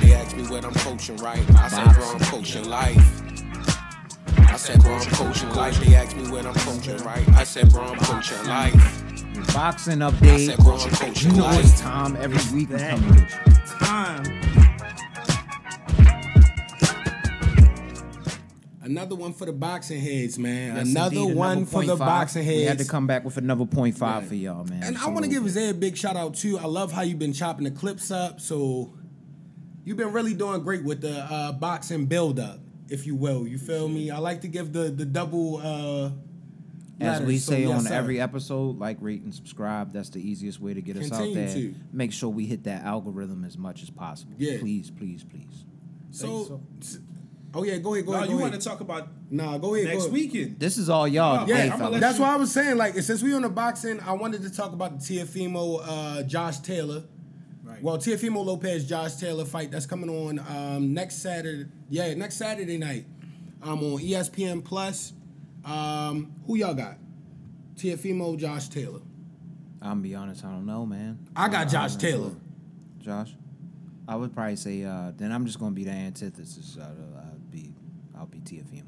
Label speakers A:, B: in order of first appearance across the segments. A: me what I'm coaching, right? I said, bro, I'm coaching life. I said, bro, I'm coaching life. They asked me what I'm coaching, right? I said, bro, I'm coaching life.
B: Boxing
A: I
B: update.
A: said, bro, I'm coaching
B: You know
A: life.
B: it's time every week. we come with you.
C: Time.
D: Another one for the boxing heads, man.
B: Yes,
D: Another
B: indeed,
D: one for the
B: 0.5.
D: boxing heads.
B: We had to come back with another point five for y'all, man.
D: And I
B: So
D: want to
B: we'll
D: give Zay a big shout out too. I love how you've been chopping the clips up. So you've been really doing great with the uh, boxing build up, if you will. You feel me? I like to give the the double. Uh,
B: As
D: letters.
B: we
D: So,
B: say
D: yes,
B: on
D: sir.
B: every episode, like, rate, and subscribe. That's the easiest way to get us out
D: Continue
B: there.
D: to.
B: Make sure we hit that algorithm as much as possible.
D: Yeah.
B: Please, please, please.
C: you
D: So,
C: so-
D: s- oh yeah, go ahead, go
C: No,
D: ahead.
C: you
D: go
C: want to
D: ahead.
C: talk about
D: Nah, go ahead.
C: next
D: go ahead.
C: weekend?
B: This is all y'all.
C: Oh,
B: today,
C: yeah, I'ma
B: fellas.
C: let
D: That's why I was saying, like, since we on the boxing, I wanted to talk about the Tiafimo uh, Josh Taylor.
C: Right.
D: Well, Tiafimo Lopez Josh Taylor fight that's coming on um, next Saturday. Yeah, next Saturday night. Um, on ESPN Plus. Um, who y'all got? Tiafimo Josh Taylor.
B: I'm gonna be honest. I don't know, man.
D: I got
B: don't
D: Josh
B: know.
D: Taylor.
B: Josh, I would probably say uh, then I'm just gonna be the antithesis. I'll, I'll be, I'll be E Tiafimo.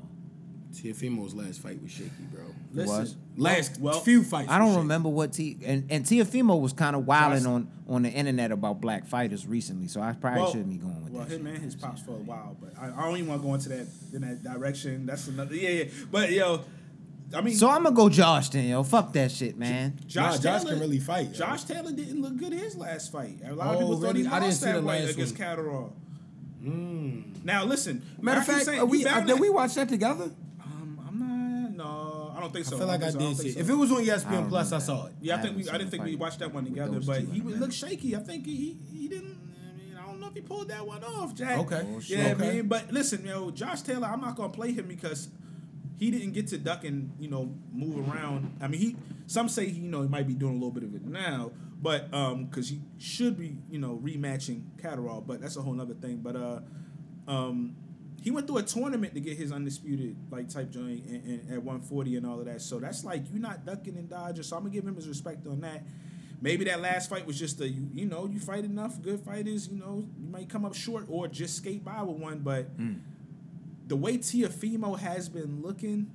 D: Tiafimo's last fight was shaky, bro.
C: Listen,
B: was.
D: Last
C: well,
D: few fights.
B: I
D: were
B: don't
D: shaky.
B: remember what T and and Tiafimo was kind of wilding
C: Josh-
B: on on the internet about black fighters recently, so I probably
C: well,
B: shouldn't be going with
C: well,
B: that.
C: him
B: shit.
C: and his pops for a while, but I, I don't even want to go into that in that direction. That's another. Yeah, yeah. But yo, I mean,
B: So I'm gonna go Josh then, yo. Fuck that shit, man.
C: Josh,
D: Nah,
C: Taylor,
D: Josh can really fight, yo.
C: Josh Taylor didn't look good his last fight. A lot
D: Oh,
C: of people thought he
D: really? I
C: lost
D: didn't see
C: that
D: the
C: fight
D: last
C: against
D: one.
C: Catterall. Now listen,
D: Matter
C: I
D: of
C: keep
D: fact,
C: saying,
D: are we, uh,
C: you bound
D: did
C: to-
D: we watch that together?
C: Um, I'm not. No, I don't think so.
D: I feel like I,
C: don't think
D: did
C: so,
D: see
C: don't
D: it.
C: think
D: If
C: so.
D: it was on E
B: I don't
D: ESPN Plus, I
B: remember
D: saw
B: that.
D: it.
C: Yeah, I,
B: I
C: think we.
B: haven't
C: I
B: seen the
C: didn't think we
B: fight
C: watched that one
B: with
C: together,
B: those
C: but
B: two in
C: he
B: a
C: was-
B: minute.
C: looked shaky. I think he he, he didn't. I mean, I don't know if he pulled that one off, Jack.
D: Okay.
C: yeah,
D: Oh,
B: shit.
C: I
D: Okay.
C: mean, but listen, yo, Josh Taylor, I'm not gonna play him because he didn't get to duck and you know move around. I mean, he some say you know he might be doing a little bit of it now, but um, because he should be you know rematching Catterall, but that's a whole nother thing. But uh, um, he went through a tournament to get his undisputed like type joint and, and, at 140 and all of that. So that's like you not ducking and dodging. So I'm gonna give him his respect on that. Maybe that last fight was just a you, you know you fight enough good fighters you know you might come up short or just skate by with one. But the way Tiafimo has been looking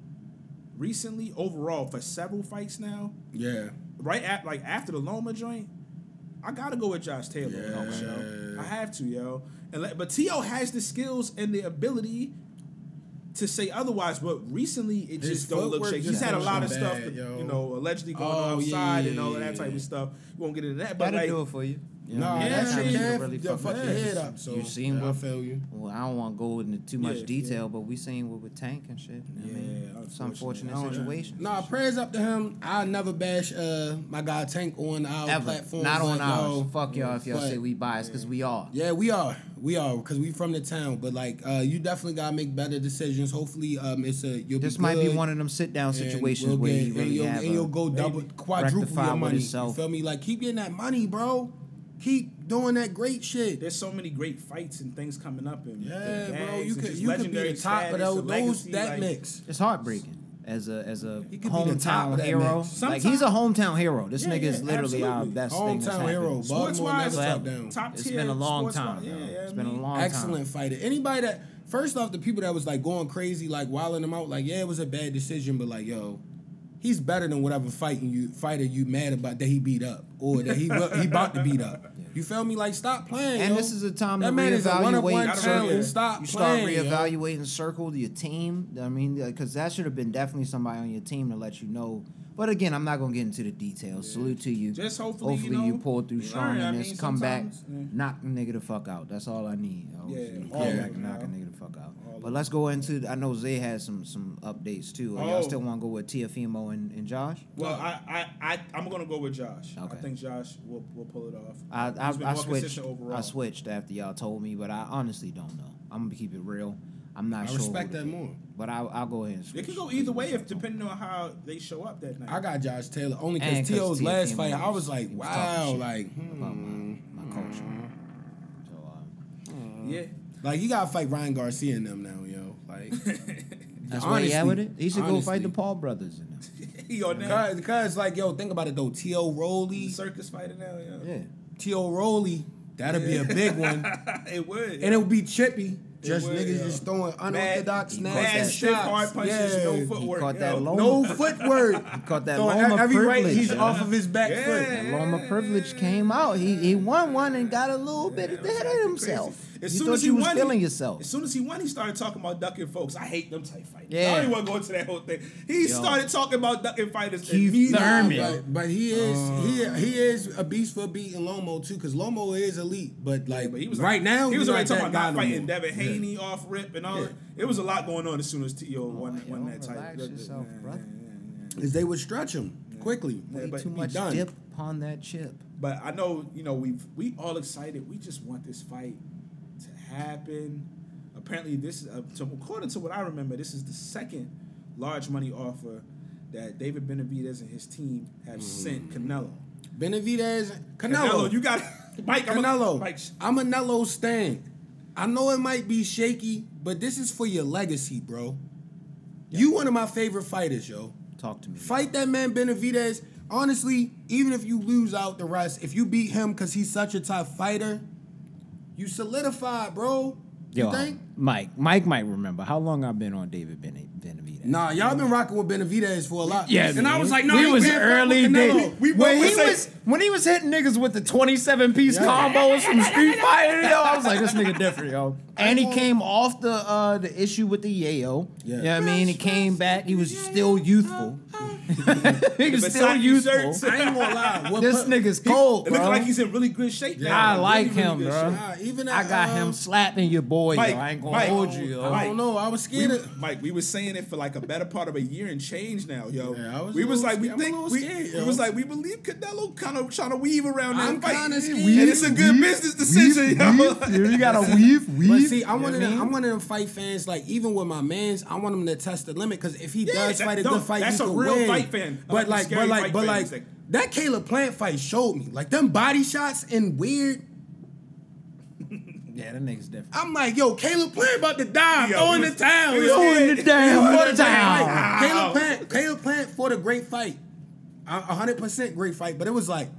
C: recently overall for several fights now,
D: Yeah.
C: right at like after the Loma joint, I gotta go with Josh Taylor. Yo. I have to, yo. And let, but Tio has the skills and the ability to say otherwise. But recently, it
D: His
C: just don't look
D: footwork
C: shaky.
D: just
C: He's had a
D: don't
C: lot of
D: look
C: stuff,
D: bad,
C: that,
D: yo.
C: you know, allegedly going on
D: Oh, yeah,
C: outside
D: yeah,
C: and all of
D: yeah,
C: that type
D: yeah.
C: of stuff. We won't get into that, but
B: That'll
C: like,
B: do it for you. You know what
D: Nah,
B: I mean?
C: Yeah,
D: that
B: That
C: shit
D: shit
B: shit
D: can
B: really
D: the
B: fuck
D: fuck
B: with
D: your
B: us.
D: head up. So
B: You seen
D: yeah, I
B: what-
D: feel you.
B: Well, I don't want to go into too much
C: Yeah,
B: detail, but we seen what with Tank and shit. I mean,
C: Yeah,
B: it's
C: unfortunate.
B: unfortunate
C: I don't-
B: situations.
D: Nah,
B: and shit.
D: prayers up to him. I never bash uh my guy Tank on our
B: Ever.
D: platform.
B: Not on ours.
D: y'all.
B: Fuck y'all if y'all
D: but-
B: say we biased, because we are.
D: Yeah, we are. We are because we from the town. But like, uh, you definitely gotta make better decisions. Hopefully, um, it's a you'll
B: This
D: be
B: might be
D: good,
B: one of them sit down
D: and
B: situations
D: we'll
B: where
D: get-
B: you
D: and
B: really
D: you'll,
B: have
D: and you'll
B: a,
D: go double quadruple
B: rectify
D: your
B: with
D: money. You
B: itself.
D: feel me? Like keep getting that money, bro. Keep doing that great shit.
C: there's so many great fights and things coming up. And
D: Yeah,
C: the
D: bro.
C: bags
D: You
C: and
D: could
C: just
D: you could be
C: legendary
D: the top of
C: status, the
D: those, those
C: legacy,
D: that
C: like-
D: mix.
B: it's heartbreaking. As a as a
D: He could be the top of
B: hometown
D: that
B: hero,
D: mix.
B: like he's a hometown hero. This
C: Yeah,
B: nigga is
C: yeah,
B: literally our
C: absolutely.
B: best thing that's
D: Hometown
B: happened.
D: hero.
C: Sports
D: Baltimore never
C: wise,
D: stopped
B: forever.
D: down.
C: Top
B: It's
C: tier
B: been a long
C: sports
B: time.
C: wise.
B: bro.
C: Yeah, yeah,
B: It's
C: I
B: been a
C: mean-
B: long time.
D: excellent fighter. Anybody that first off the people that was like going crazy, like wilding him out, like yeah, it was a bad decision, but like yo, he's better than whatever fighting you fighter you mad about that he beat up or that he will, he about to beat up. You feel me? Like stop playing.
B: And
D: yo.
B: this is a time
D: that
B: to
D: man is a one of one
B: reevaluate.
C: Gotta
D: talent.
C: reevaluate.
D: Stop
B: you start
D: playing. yo.
B: reevaluating circle your team. I mean, because that should have been definitely somebody on your team to let you know. But again, I'm not gonna get into the details. Salute to you.
C: Just hopefully, you know,
B: pull through
C: learn.
B: strong
C: I
B: in
C: mean,
B: this, come back,
C: sometimes, yeah.
B: knock the nigga the fuck out. That's all I need. yo.
C: Yeah,
B: Come
C: all of
B: back
C: it,
B: and knock a
C: yo.
B: nigga the fuck out. But let's go into. I know Zay has some some updates too. Or
C: Oh.
B: Y'all still want to go with Tiafimo and, and Josh?
C: Well, I, I, I, I'm gonna go with Josh.
B: Okay.
C: I think Josh will, will pull it off.
B: I,
C: He's
B: I,
C: been
B: I
C: more
B: switched.
C: consistent overall.
B: I switched after y'all told me, but I honestly don't know. I'm gonna keep it real. I'm not
D: I
B: sure. who
D: respect
B: to
D: that
B: pick,
D: more.
B: But I, I'll go ahead. and
C: It
B: switch.
C: could go either way if depending on how they show up that night.
D: I got Josh Taylor only
B: And 'cause
D: because T.O.'s
B: T.O.
D: last
B: came
D: fight.
B: on,
D: I was
B: he
D: like,
B: was talking
D: wow,
B: shit
D: like, hmm.
B: about my,
C: Mm-hmm.
B: my culture. So, um,
C: yeah.
D: like you gotta fight Ryan Garcia in them now, yo. Like,
B: that's where he at with it. He should go fight the
D: honestly.
B: Paul brothers in them.
C: He on that
D: Cause, because like yo, think about it though. T.O. Rowley,
C: circus fighter now. Yeah.
B: Yeah.
D: T.O. Rowley That'll be a big one,
C: it would.
D: and it'll be chippy. Just
C: would,
D: niggas
C: yeah.
D: just throwing unorthodox
B: Mad-
D: snaps,
B: mad
D: and
C: stiff hard
D: shots.
C: punches,
D: yeah.
C: no footwork.
B: caught
C: yo.
B: that low.
D: no footwork.
B: Caught that
D: Throwing
B: Loma
D: every right,
B: privilege,
D: he's
B: yo.
D: off of his back
C: Yeah.
D: foot.
B: That Loma privilege came out. He he won one and got a little bit ahead of himself.
C: Crazy.
B: you thought you was feeling yourself.
C: As soon as he won, he started talking about ducking folks. I hate them type fighters. I
B: Yeah.
C: don't even want to go into that whole thing. He started talking about ducking fighters.
B: Keith
C: immediately.
E: Thurman.
D: But, but he is
B: Uh.
D: he he is a beast for beating Lomo too, because Lomo is elite. But like
C: But he was
D: right
C: like-
D: now,
C: He was
D: he's
C: already
D: not
C: talking
D: that
C: about not
D: guy no more.
C: fighting Devin
D: Yeah.
C: Haney off rip and all.
D: Yeah.
C: that. It was a lot going on as soon as T.O. won,
B: Yo,
C: won that title.
B: Oh, relax yourself, brother.
D: Is they would stretch him quickly.
C: Yeah,
B: Way
C: but
B: too
D: he
B: much
D: done.
B: dip upon that chip.
C: But I know, you know, we have we all excited. We just want this fight to happen. Apparently, this is uh, to, according to what I remember, this is the second large money offer that David Benavidez and his team
B: Mm-hmm.
C: have sent Canelo.
D: Benavidez,
C: Canelo,
D: Canelo,
C: you got Mike. I'm a,
D: Canelo.
C: Mike, sh-
D: I'm a Nello stan. I know it might be shaky, but this is for your legacy, bro. You one of my favorite fighters, yo.
B: Talk to me.
D: Fight that man Benavidez. Honestly, even if you lose out the rest, if you beat him because he's such a tough fighter, you solidified, bro. You
B: Yo,
D: think?
B: Mike. Mike might remember how long I've been on David Bene- Benavidez.
D: Nah, y'all been rocking with Benavidez for a lot.
E: Yeah,
D: and
E: man.
D: I was like, no,
E: We
D: he
E: was
D: been fucking
E: early
D: with Canelo.
E: days.
D: We
E: when
D: both
E: he
D: say-
E: was when he was hitting niggas with the 27 piece
D: Yeah.
E: combos from Street Fighter, yo, I was like, this nigga different, yo.
B: And he came off the uh, the issue with the yayo.
D: Yeah.
B: You know what I mean? He came back. He was still youthful. he was
C: Versace
B: still youthful.
C: shirts.
D: I ain't gonna lie. What
B: This
D: put-
B: nigga's
D: he-
B: cold,
C: it looks
B: bro.
C: like he's in really good shape.
D: Yeah.
C: now.
B: I like
C: Really, really
B: him,
C: good
B: bro.
C: shape.
D: Nah, even
B: I
D: at,
B: got
D: um,
B: him slapping your boy.
C: Mike,
B: yo. I ain't gonna
C: Mike,
B: hold you. Yo.
D: I don't know. I was scared. of,
C: Mike, we were saying it for like a better part of a year and change now, yo.
D: Yeah, I was
C: we
D: a
C: was
D: little
C: like, we
D: scared- I'm a
C: think
D: little
C: we,
D: scared,
C: we
D: yo.
C: was like, we believe Canelo kind of trying to weave around that
D: I'm
C: fight,
D: kinda scared.
C: and it's a good business decision, yo.
B: you gotta weave, weave.
D: But see, I
B: You know what
D: wanted
B: I mean?
D: them, I wanted them fight fans like even with my mans. I want them to test the limit because if he does
C: that-
D: fight a
C: no,
D: good fight,
C: that's
D: he
C: a
D: could
C: real
D: win.
C: fight fan. I like
D: But
C: the
D: like,
C: scary
D: but
C: fight
D: like, but
C: fans.
D: like that Caleb Plant fight showed me like them body shots and weird.
B: Yeah, that nigga's different.
D: I'm like, yo, Caleb Plant about to die.
C: Yo,
D: Throw in
C: he
D: the
C: was-
D: towel.
C: he was
D: yo.
C: scared.
B: Throwing the damn
D: What
B: foot
D: a
B: down.
D: damn fight.
C: Wow.
D: Caleb Plant, Caleb Plant fought a great fight. A a hundred percent great fight, but it was like,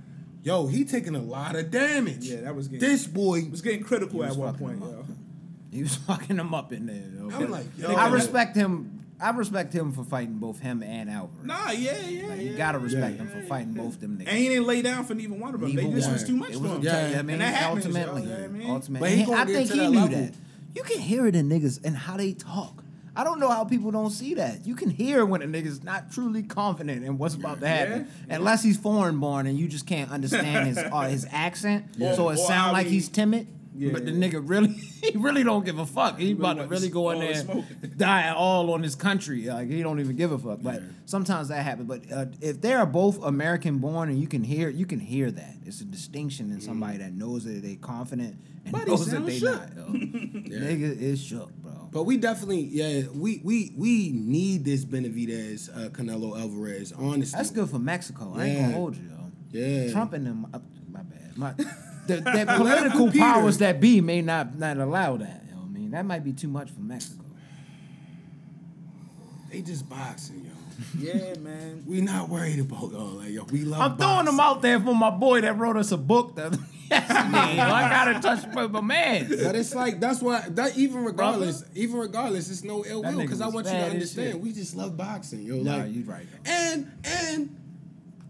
D: yo, he taking a lot of damage.
C: Yeah, that was getting-
D: this boy.
C: It was getting critical at
B: was
C: one
B: fucking
C: point,
B: him
C: yo.
B: up. He was fucking him up in there.
D: I'm like, yo,
B: I respect him. I respect him for fighting both him and Alvarez.
C: Nah, yeah, yeah,
B: you
C: yeah.
B: gotta respect him for fighting both them niggas.
C: And he didn't lay down for neither one of them.
B: Neither
C: they just
B: one.
C: was too much
B: It
C: for
B: was
C: him.
B: a- yeah, I mean,
C: and that happens, yo,
B: ultimately,
C: you know what I mean?
B: ultimately,
D: But he
B: And
D: gonna
B: I
D: get
B: think
D: to
B: he
D: that
B: knew
D: level.
B: that. You can hear it in niggas and how they talk. I don't know how people don't see that. You can hear when a nigga's not truly confident in what's about to happen, unless he's foreign born and you just can't understand his uh, his accent.
C: Yeah.
B: So it
C: Or
B: sound
C: how
B: like
C: he-
B: he's timid,
C: Yeah.
B: but the nigga really he really don't give a fuck. He's about to
C: wants
B: really go in
C: all the
B: there,
C: smoke.
B: and die all on his country. Like he don't even give a fuck. But sometimes that happens. But uh, if they are both American born and you can hear you can hear that. It's a distinction in somebody that knows that they confident and
C: But he
B: knows that
C: sound
B: they
C: shook.
B: not. Yo. Nigga is shook, bro.
D: But we definitely, yeah, we we we need this Benavidez, uh, Canelo Alvarez. Honestly,
B: That's good for Mexico. I ain't
D: Yeah.
B: gonna hold you. Yo.
D: Yeah.
B: Trump and them. Up, my bad. My, the, that political powers that be may not not allow that. You know what I mean, that might be too much for Mexico.
D: They just boxing, yo.
C: Yeah, man.
D: We not worried about yo. Like yo, we love.
B: I'm throwing them out there for my boy that wrote us a book the yesterday. yo. I gotta touch with my man.
D: But it's like that's why that even regardless, even regardless, it's no ill
B: That
D: will
B: nigga
D: because I
B: was
D: want you to
B: bad as shit.
D: understand. We just love boxing, yo.
B: Nah,
D: like
B: you right, yo.
D: And and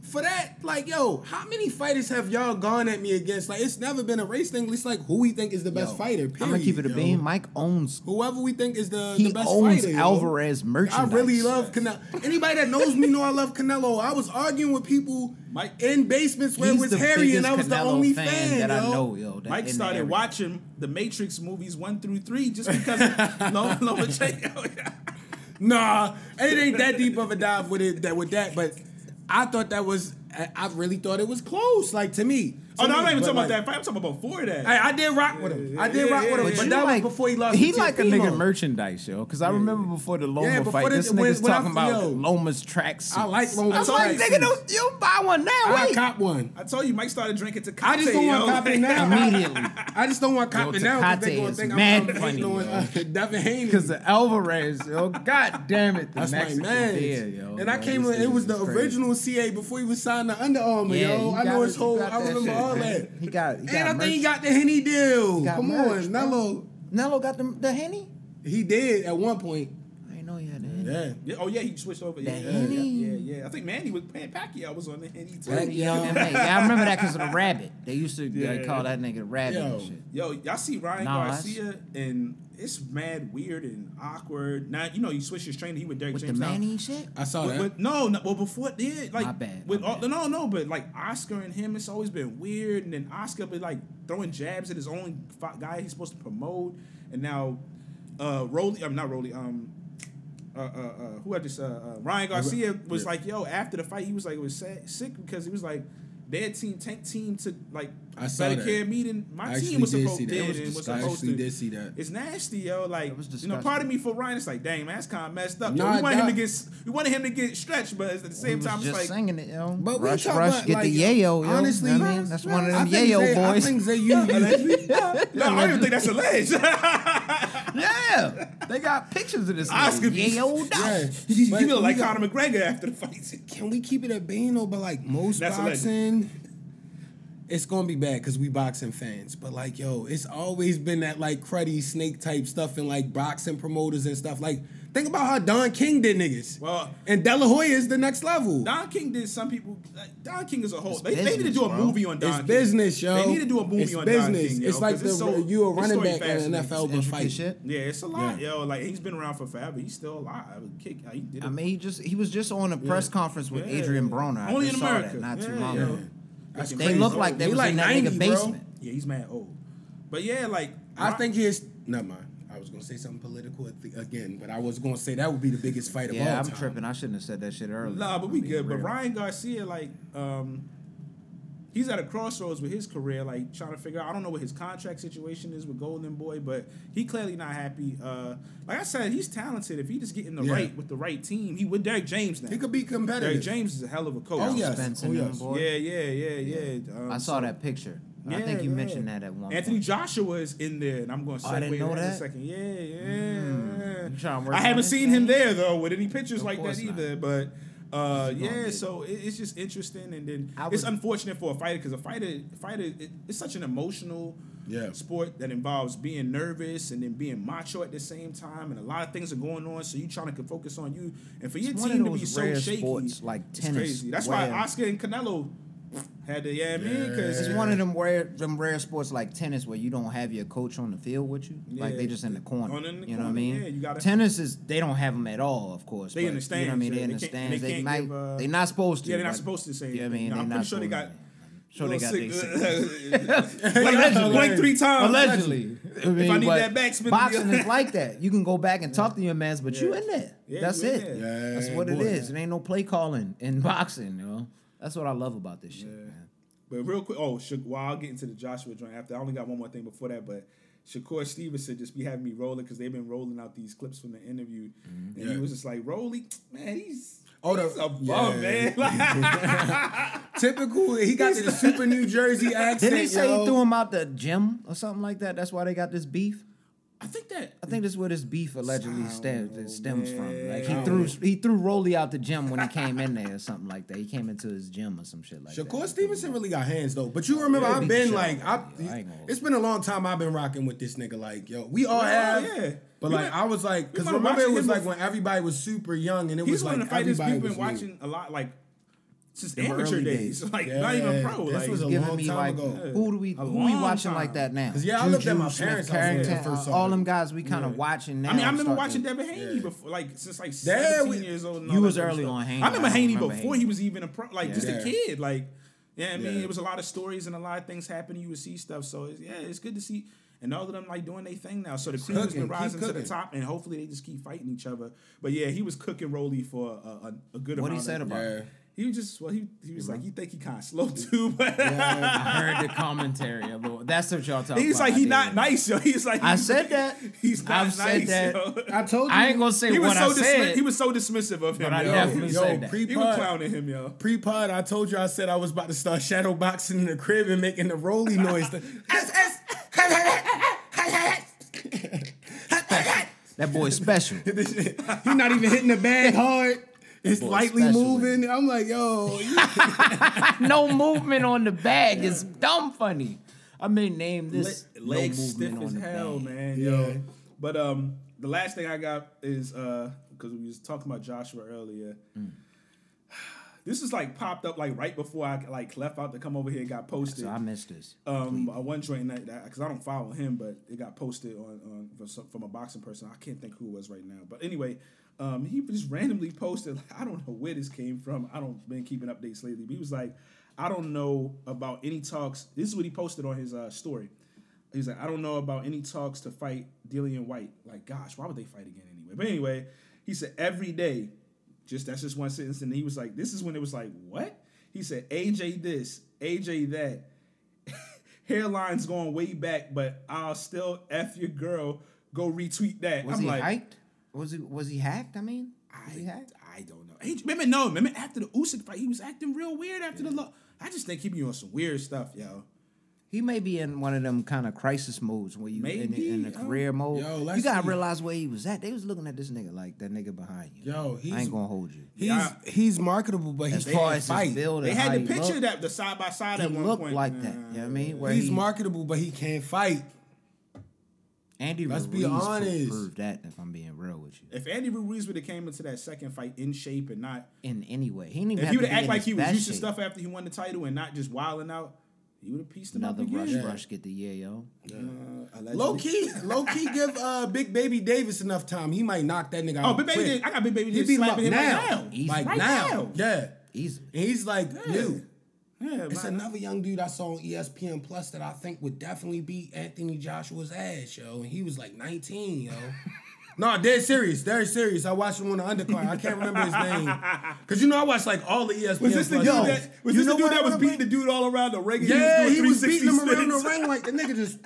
D: for that, like yo, how many fighters have y'all gone at me against? Like it's never been a race thing. It's like who we think is the best fighter. Period,
B: I'm gonna keep it a
D: yo.
B: beam. Mike owns
D: Whoever we think is the,
B: He
D: the best
B: owns
D: fighter, yo.
B: Alvarez merchandise.
D: I really love Canelo. Anybody that knows me know I love Canelo. I was arguing with people
C: Mike-
D: in basements where
B: He's
D: it was
B: the
D: Harry, and
B: biggest
D: I was the
B: Canelo
D: only
B: fan,
D: fan,
B: that
D: yo.
B: I know, yo. That
C: Mike
B: in the
C: started
B: area.
C: watching the Matrix movies one through three just because of Lo- Lomachenko.
D: Nah, it ain't that deep of a dive with it that with that, but I thought that was I, I really thought it was close, like to me.
C: Oh no, I'm not even
D: But,
C: talking about
D: like,
C: that fight. I'm talking about before that.
D: Hey, I did rock with him. I did
C: Yeah,
D: rock with
C: yeah,
D: him,
C: yeah.
D: but
B: you
D: that
B: like-
D: was before he lost.
B: He
D: to
B: like a
D: Teofimo.
B: nigga merchandise, yo. Because I remember before the Loma
D: Yeah, before
B: fight,
D: the-
B: this
D: when-
B: nigga's
D: when I-
B: talking about
D: yo.
B: Loma's tracksuit.
D: I like Loma's
B: I was like,
D: tracksuits.
B: nigga, don't, you buy one now?
D: I
B: Wait.
D: cop one.
C: I told you, Mike started drinking Tecate.
D: I just don't want
C: yo.
D: copying now.
B: Immediately.
D: I just don't want copying now because
B: Tecate
D: they gonna
B: is
D: think
B: mad
D: I'm, I'm
B: funny,
D: hating on
B: yo.
D: uh, Devin Haney.
B: Because the Alvarez, yo. God damn it. The
D: That's
B: Mexican
D: my man.
B: beer, yo.
D: and I
B: Yo,
D: came
B: this
D: in, it
B: nigga
D: was
B: is
D: the
B: crazy.
D: original CA before he was signed to Under Armour,
B: Yeah,
D: yo.
B: you
D: I know
B: gotta-
D: his
B: you
D: whole,
B: got
D: I
B: that
D: remember
B: shit.
D: all that.
B: He got it. He got
D: And I think he
B: merch.
D: got the Henny deal.
B: got
D: Come
B: merch,
D: on,
B: bro.
D: Nello.
B: Nello got the, the henny.
D: He did at one point.
B: I didn't know he had the henny.
D: Yeah.
C: Yeah, oh yeah, he switched over. Yeah,
B: The
C: yeah, yeah,
B: Henny.
C: yeah, yeah. I think Manny was man, Pacquiao was on the Henny too.
D: Right.
B: Yeah,
D: Yo.
B: MMA. Yeah, I remember that because of the rabbit. They used to like,
C: Yeah.
B: call that nigga the rabbit
D: Yo.
B: and shit.
C: Yo, y'all see Ryan
B: Nah, that's-
C: Garcia and it's mad weird and awkward. Now you know you switched his trainer. He with Derek
B: With the
C: James now.
B: Manny shit?
D: I saw
C: But,
D: that.
C: but no, no, well before then, like
B: My bad,
C: with
B: my
C: all,
B: bad.
C: no, no, but like Oscar and him, it's always been weird. And then Oscar be like throwing jabs at his own fi- guy he's supposed to promote, and now uh Rolly, I'm not Rolly, um, uh, uh, uh who had this? Uh, uh, Ryan Garcia was
D: yeah.
C: like, yo, after the fight, he was like, was sad, sick because he was like. Their team, tank team, to like
D: I saw
C: better
D: that.
C: care meeting. My
D: I actually
C: team was
D: did
C: supposed
D: see
C: to.
D: that. It was
C: and was
D: disgusting. I
C: supposed
D: actually
C: to.
D: did see that.
C: It's nasty, yo. Like,
B: was
C: you know, part of
B: disgusting.
C: me for Ryan, it's like, dang, man, that's kind of messed up.
D: Nah,
C: yo, we wanted him
D: nah.
C: to get, we wanted him to get stretched, but at the
B: He
C: same
B: was
C: time, it's
B: just
C: like,
B: singing it, yo.
D: But we
B: rush,
D: talk
B: rush,
D: about,
B: get
D: like,
B: the yayo, yo.
D: honestly,
B: Honestly, I mean, that's one of
D: I
B: them
D: think
B: yayo
D: they- I
B: boys.
D: think they used allegedly.
C: no, I don't even think that's alleged.
B: yeah, they got pictures of this.
C: Oscar
B: Oscar
C: be-
B: yayo dog.
D: Yeah.
C: you
D: But
C: look like
D: we got-
C: Conor McGregor after the fight.
D: Can we keep it at being though? But like most
C: That's a legend.
D: boxing, it's gonna be bad because we boxing fans. But like, yo, it's always been that like cruddy snake type stuff and like boxing promoters and stuff. Like, think about how Don King did niggas.
C: Well-
D: and De La Hoya is the next level.
C: Don King did some people. Like, Don King is a whole. They, they need to
B: business,
C: do a
B: bro.
C: movie on Don
D: it's
C: King.
D: business, yo.
C: They need to do a movie
D: it's
C: on Don
D: business.
C: King. yo,
D: It's like
C: 'cause
D: the,
C: so-
D: you a
C: his
D: running
C: story
D: back in an
C: fascinates.
D: NFL but
B: Intricate
D: fight.
B: shit.
C: Yeah, it's a lot,
D: Yeah.
C: yo. Like he's been around for forever. He's still alive. Kick, he did. it.
B: I mean, he just he was just on a press conference with
C: Yeah.
B: Adrian Broner. I
C: Only
B: just
C: in
B: saw
C: America.
B: that not too
C: Yeah,
B: long
C: yeah.
B: ago.
D: That's
C: They
B: They
D: crazy.
B: look like they
D: He
B: was
D: like
B: in that
D: 90,
B: nigga
D: bro.
B: basement.
C: Yeah, he's mad old. But yeah, like
D: I
C: Ron-
D: think his. Never mind. I was gonna say something political at the- again, but I was gonna say that would be the biggest fight of all
B: Yeah, I'm
D: time.
B: tripping. I shouldn't have said that shit earlier.
C: Nah, but we
B: I'm being
C: good. But
B: real.
C: Ryan Garcia, like, um, he's at a crossroads with his career, like trying to figure out. I don't know what his contract situation is with Golden Boy, but he clearly not happy. Uh, like I said, he's talented. If he just get in the
D: Yeah.
C: right with the right team, he with Derek James now.
D: He could be competitive.
C: Derek James is a hell of a coach.
D: Oh, yes.
B: Spence
D: Oh,
B: and them
D: yes.
B: boy.
C: Yeah, yeah, yeah, yeah. Um,
B: I saw
C: so-
B: that picture. I
C: Yeah,
B: think you
C: yeah.
B: mentioned that at one.
C: Anthony
B: point.
C: Joshua is in there, and I'm going to
B: Oh, I
C: segue
B: didn't know
C: right in a
B: that.
C: second. Yeah, yeah.
B: You tryna work
C: I
B: on
C: haven't
B: this
C: seen
B: thing?
C: him there though with any pictures
B: Of
C: like that
B: course not.
C: either. But uh,
B: gonna
C: yeah,
B: be-
C: so it, it's just interesting, and then
B: I
C: it's
B: would-
C: unfortunate for a fighter because a fighter, fighter, it, it's such an emotional
D: Yeah.
C: sport that involves being nervous and then being macho at the same time, and a lot of things are going on. So you trying to focus on you, and for your
B: It's one
C: team
B: of
C: to be
B: those
C: so
B: rare
C: shaky,
B: sports, like
C: it's
B: tennis,
C: crazy. That's why
B: where-
C: Oscar and Canelo had to, yeah, I mean, because
B: It's one of them rare, them rare sports like tennis where you don't have your coach on the field with you. Like they
C: Yeah.
B: just in the corner.
C: On in the
B: you know what I
C: corner,
B: mean?
C: yeah, you gotta-
B: tennis is they don't have them at all, of course.
C: They in
B: but,
C: the
B: You know what I mean? They
C: stands, yeah.
B: in the
C: They can't-
B: stands.
C: they
B: They,
C: can't
B: might.
C: give, uh,
B: they not supposed to.
C: yeah, they're not
B: but-
C: supposed to say
B: You know what I
C: anything.
B: mean?
C: No,
B: They're
C: I'm
B: not
C: pretty sure they
B: supposed
C: got-
B: to. Sure, they got
C: Little
B: they
C: sick-
B: sick.
C: Like,
B: Allegedly.
C: like three times.
B: Allegedly. I mean,
C: If I need
B: but
C: that back, spin the
B: boxing
C: other-
B: is like that. You can go back and talk to your mans, but you in there.
C: Yeah,
B: That's
C: you in
B: it.
C: there.
B: That's
D: Yeah,
B: what it
D: boy.
B: is. It ain't no play calling in boxing, you know. That's what I love about this shit. Man.
C: But real quick, oh, Sha- well, I'll get into the Joshua joint after. I only got one more thing before that, but Shakur Stevenson just be having me rolling because they've been rolling out these clips from the interview, and he
D: Mm-hmm. Yeah.
C: was just like, "Rolly, man, he's
D: Oh,
C: oh,
D: the-
C: he's a
D: yeah.
C: bum, man." Like,
D: Typical. He got the super New Jersey accent.
B: Didn't he say
D: yo.
B: he threw him out the gym or something like that? That's why they got this beef.
C: I think that
B: I think that's where this beef allegedly stems it stems from. Like he
D: man.
B: threw he threw Rolly out the gym when he came in there or something like that. He came into his gym or some shit like that.
D: Shakur Stevenson really got hands though. But
C: Oh,
D: you remember,
B: Yeah, beat
D: I've been
B: the
D: like,
B: shit
D: I,
B: out of him, yo. I ain't gonna hold
D: it's been a long time I've been rocking with this nigga. Like, yo, we all
C: Oh,
D: have.
C: yeah.
D: But
C: We
D: like,
C: been-
D: I was like,
C: we
D: because
C: been
D: remember it
C: watching
D: was
C: him
D: like
C: with-
D: when everybody was super young and it
C: he's
D: was
C: one
D: like
C: of the fighters
D: everybody
C: we've been
D: was new.
C: watching a lot, like since amateur
B: early
C: days,
B: days.
C: like not even pro.
D: Yeah, this
C: like,
D: was a
B: giving
D: long
B: me
D: time
B: like
D: ago.
B: who do we who we
C: long
B: watching
C: time.
B: like that now?
D: 'Cause, yeah, I looked at my
B: Smith,
D: parents' house when I
B: Carrington,
D: first
B: uh,
D: saw
B: all
D: it.
B: them guys we kind of watching now.
C: I mean, I remember
B: start
C: watching
B: to-
C: Devin Haney
D: Yeah.
C: before, like since like
D: That
C: 17
D: we-
C: years old. and
B: You
C: all that
B: was
C: type of
B: early
C: stuff.
B: on Haney.
C: I remember
B: I
C: Haney
B: remember
C: before
B: Haney.
C: he was even a pro, like just
D: Yeah.
C: a kid. Like, yeah, I mean,
D: Yeah.
C: it was a lot of stories and a lot of things happening. You would see stuff. So it's, yeah, it's good to see. And all of them like doing their thing now. So the cream has
D: cooking,
C: been
D: keep
C: rising to the
D: cooking.
C: top, and hopefully they just keep fighting each other. But yeah, he was cooking Roly for a, a, a good
B: What
C: amount.
B: he said
C: of,
B: about
D: Yeah.
B: it.
C: He was just well, he he was like, he think he kind of slow too, but
B: I heard the commentary. of it. That's what y'all talking
C: he's
B: about.
C: like
B: I
C: he
B: did.
C: not nice, yo. He's like
B: I said that.
C: He's not
B: I've said
C: nice,
B: that.
C: yo.
D: I told you.
B: I ain't gonna say
C: He was
B: what I
C: so
B: said.
C: dismi- he was so dismissive of him.
B: I
C: yo.
B: definitely
D: yo,
B: said that.
D: pre
C: He was
D: pod,
C: clowning him, yo.
D: pre pod. I told you I said I was about to start shadow boxing in the crib and making the rolly noise.
B: That boy's special.
D: He's not even hitting the bag hard. It's
A: Boy,
D: lightly
A: especially.
D: moving. I'm like, yo, you-
B: no movement on the bag is dumb funny. I may name this
C: Le- legs
B: no
C: stiff
B: movement on
C: as
B: the
C: hell,
B: bag.
C: man.
D: Yeah.
C: Yo. But um, the last thing I got is uh, because we was talking about Joshua earlier.
B: Mm.
C: This is like popped up like right before I like left out to come over here. and Got posted.
B: So I missed this.
C: Um, I one joint night that because I don't follow him, but it got posted on, on for some- from a boxing person. I can't think who it was right now, but anyway, um, he just randomly posted. Like, I don't know where this came from. I don't been keeping updates lately, but he was like, I don't know about any talks. This is what he posted on his uh, story. He was like, I don't know about any talks to fight Dillian White. Like, gosh, why would they fight again anyway? But anyway, he said every day just that's just one sentence. And he was like, this is when it was like, what? He said, AJ this, AJ that. Hairline's going way back, but I'll still F your girl. Go retweet that.
B: Was
C: I'm
B: he
C: like,
B: hyped? Was he was he hacked? I mean, was he
C: I,
B: hacked?
C: I don't know. He, remember, no, remember after the Usyk fight, he was acting real weird after the lo- I just think he be on some weird stuff, yo.
B: He may be in one of them kind of crisis modes where you in, the, in
C: Maybe, oh,
B: the
C: yo.
B: career mode.
D: Yo,
B: you
D: let's
B: gotta
D: see.
B: realize where he was at. They was looking at this nigga like that nigga behind you.
D: yo, he's
B: I ain't gonna hold you.
D: he's
C: Yeah.
D: he's marketable, but he's
B: As far
D: far
B: as his
D: fight.
B: build
C: They
B: and how
C: had
B: he
C: the picture
B: looked,
C: that the side by side
B: he
C: at one
B: looked
C: point.
B: like that. You know
C: Nah.
B: what I mean? Where
D: He's
B: he,
D: marketable, but he can't fight.
B: Andy
D: Let's be
B: Ruiz pro-
D: honest.
B: proved that if I'm being real with you.
C: If Andy Ruiz would have came into that second fight in shape and not
B: In any way. He didn't even
C: If
B: have
C: he
B: to be
C: would have act
B: in
C: like
B: his
C: he was
B: best
C: used to
B: shape.
C: stuff after he won the title and not just wilding out, he would have pieced him
B: Another
C: up
B: rush,
C: again.
B: rush, get the yeah, yo.
D: Low key, low key, give uh, Big Baby Davis enough time. He might knock that nigga out.
C: Oh, Big Baby,
D: quick.
C: did, I got Big Baby
D: He
C: did
D: beat him up
C: slapping him
D: now,
C: right now.
B: Easy.
D: like
C: Right
D: now.
C: now.
D: yeah.
B: Easy.
D: And he's like new.
C: Yeah,
D: It's
C: my-
D: another young dude I saw on E ESPN Plus that I think would definitely beat Anthony Joshua's ass, yo. And he was like 19, yo. no, dead serious, dead serious. I watched him on the undercard. I can't remember his name. Cause you know I watched like all the E ESPN
C: Was this the
D: Plus
C: dude
D: shows.
C: that was
B: you
C: this the
B: know
C: dude
B: what I
C: that was
B: wanna
C: beating the dude all around the ring? and
D: yeah,
C: doing
D: he was beating him
C: 360
D: around the
C: spins?
D: ring like the nigga just.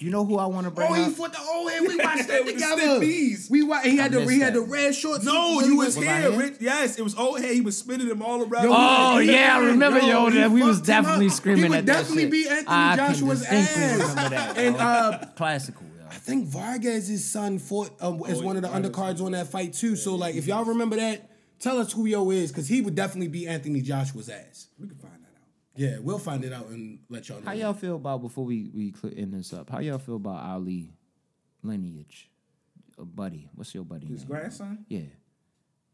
B: You know who I want to bring
D: Oh,
B: up?
D: he fought the old head. We watched that
C: With the stiff
D: together.
C: knees.
D: We watched. He had
B: I
D: the he
B: missed
D: had the
B: that.
D: red shorts.
C: No,
D: He
C: you was
B: I
C: here,
B: in?
C: Rich. Yes, it was old head. He was spinning him all around.
B: Oh
C: the ring.
B: yeah, I remember yo.
D: he
B: that we was
D: fucked him
B: definitely
D: up.
B: screaming
D: He would
B: at
D: definitely
B: that shit.
D: beat Anthony
B: I can
D: Joshua's
B: distinctly
D: ass.
B: remember that,
D: And,
B: yo.
D: uh,
B: classical. Yo.
D: I think Vargas's son fought um, as
B: Oh,
C: yeah,
D: one of the
C: Vargas.
D: undercards on that fight too. So like, if y'all remember that, tell us who yo is, because he would definitely be Anthony Joshua's ass.
C: we can find that out.
D: Yeah, we'll find it out and let y'all know.
B: How y'all feel about before we we cl- end this up? How y'all feel about Ali lineage? A buddy, what's your buddy
C: His
B: name?
C: Oh. grandson.
B: Yeah,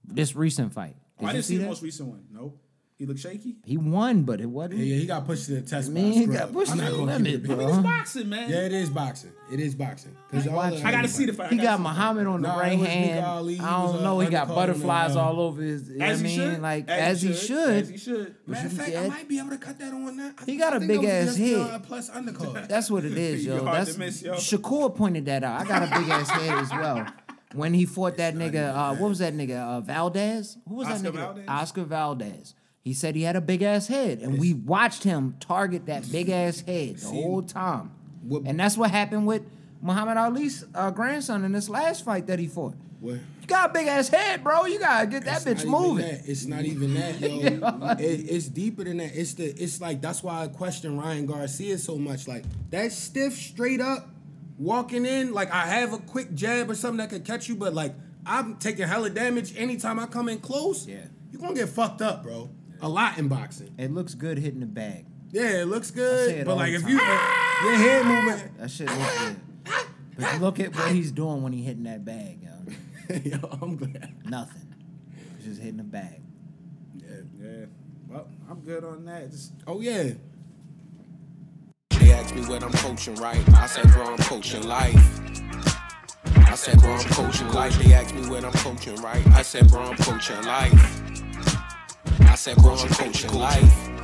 B: this recent fight. Did
C: Oh, I
B: you
C: didn't
B: see
C: see the
B: that?
C: most recent one. No, he looked shaky.
B: He won, but it wasn't.
D: Yeah, yeah, he got pushed to the test. by a
B: Man, he
D: scrub.
B: got pushed
D: I'm
B: to
D: not
B: the
D: gonna keep it
B: limit,
D: a
B: bro.
D: bean.
C: It's boxing, man.
D: Yeah, it is boxing. It is boxing. 'Cause y'all
B: watch
D: are-
B: it.
C: I gotta see the fight.
B: He
C: I gotta
B: got
C: see the fight.
B: Muhammad on the
D: Nah, it
B: right
D: was Big
B: hand.
D: Ali. He
B: I
D: was,
B: don't
D: uh,
B: know. He got
D: undercard
B: butterflies
D: and, uh,
B: all over his. you know
C: As
B: what
C: he
B: I mean,
C: should.
B: like as, he should.
C: As he should.
D: Matter of
B: you
D: fact, I
B: get-
D: might be able to cut that on that. I
B: He
D: think-
B: got
D: I
B: a
D: think
B: big
D: that was
B: ass
D: just,
B: head.
D: Uh, plus undercard.
B: That's what it is,
C: You're
B: yo.
C: hard
B: That's
C: to miss, yo.
B: Shakur pointed that out. I got a big ass head as well. When he fought that nigga, uh, what was that nigga? Uh, Valdez? Who was
C: Oscar
B: that nigga?
C: Valdez?
B: Oscar Valdez. He said he had a big ass head, and we watched him target that big ass head the whole time.
D: what-
B: and that's what happened with Muhammad Ali's uh, grandson in this last fight that he fought.
D: What?
B: You got a big ass head, bro. You gotta get that
D: It's
B: bitch
D: not even
B: moving.
D: that. It's not even that, yo. It- it's deeper than that. It's the. It's like that's why I question Ryan Garcia so much. Like that stiff, straight up, walking in. Like I have a quick jab or something that could catch you, but like I'm taking hella damage anytime I come in close.
B: Yeah.
D: you gonna get fucked up, bro. A lot in boxing.
B: It looks good hitting the bag.
D: Yeah, it looks
B: I say
D: good,
B: it
D: but
B: all
D: like
B: the
D: if
B: time.
D: you uh, your head movement,
B: That shit looks good. But look at what he's doing when he hitting that bag, yo.
D: yo, I'm glad.
B: Nothing. He's Just hitting the bag.
C: Yeah. Well, I'm good on that. Just
D: Oh yeah.
A: They ask me what I'm coaching, right? I said, bro, I'm coaching life. I said, bro, I'm coaching life. They ask me what I'm coaching, right? I said, bro, I'm coaching life. I said, bro, I'm coaching life.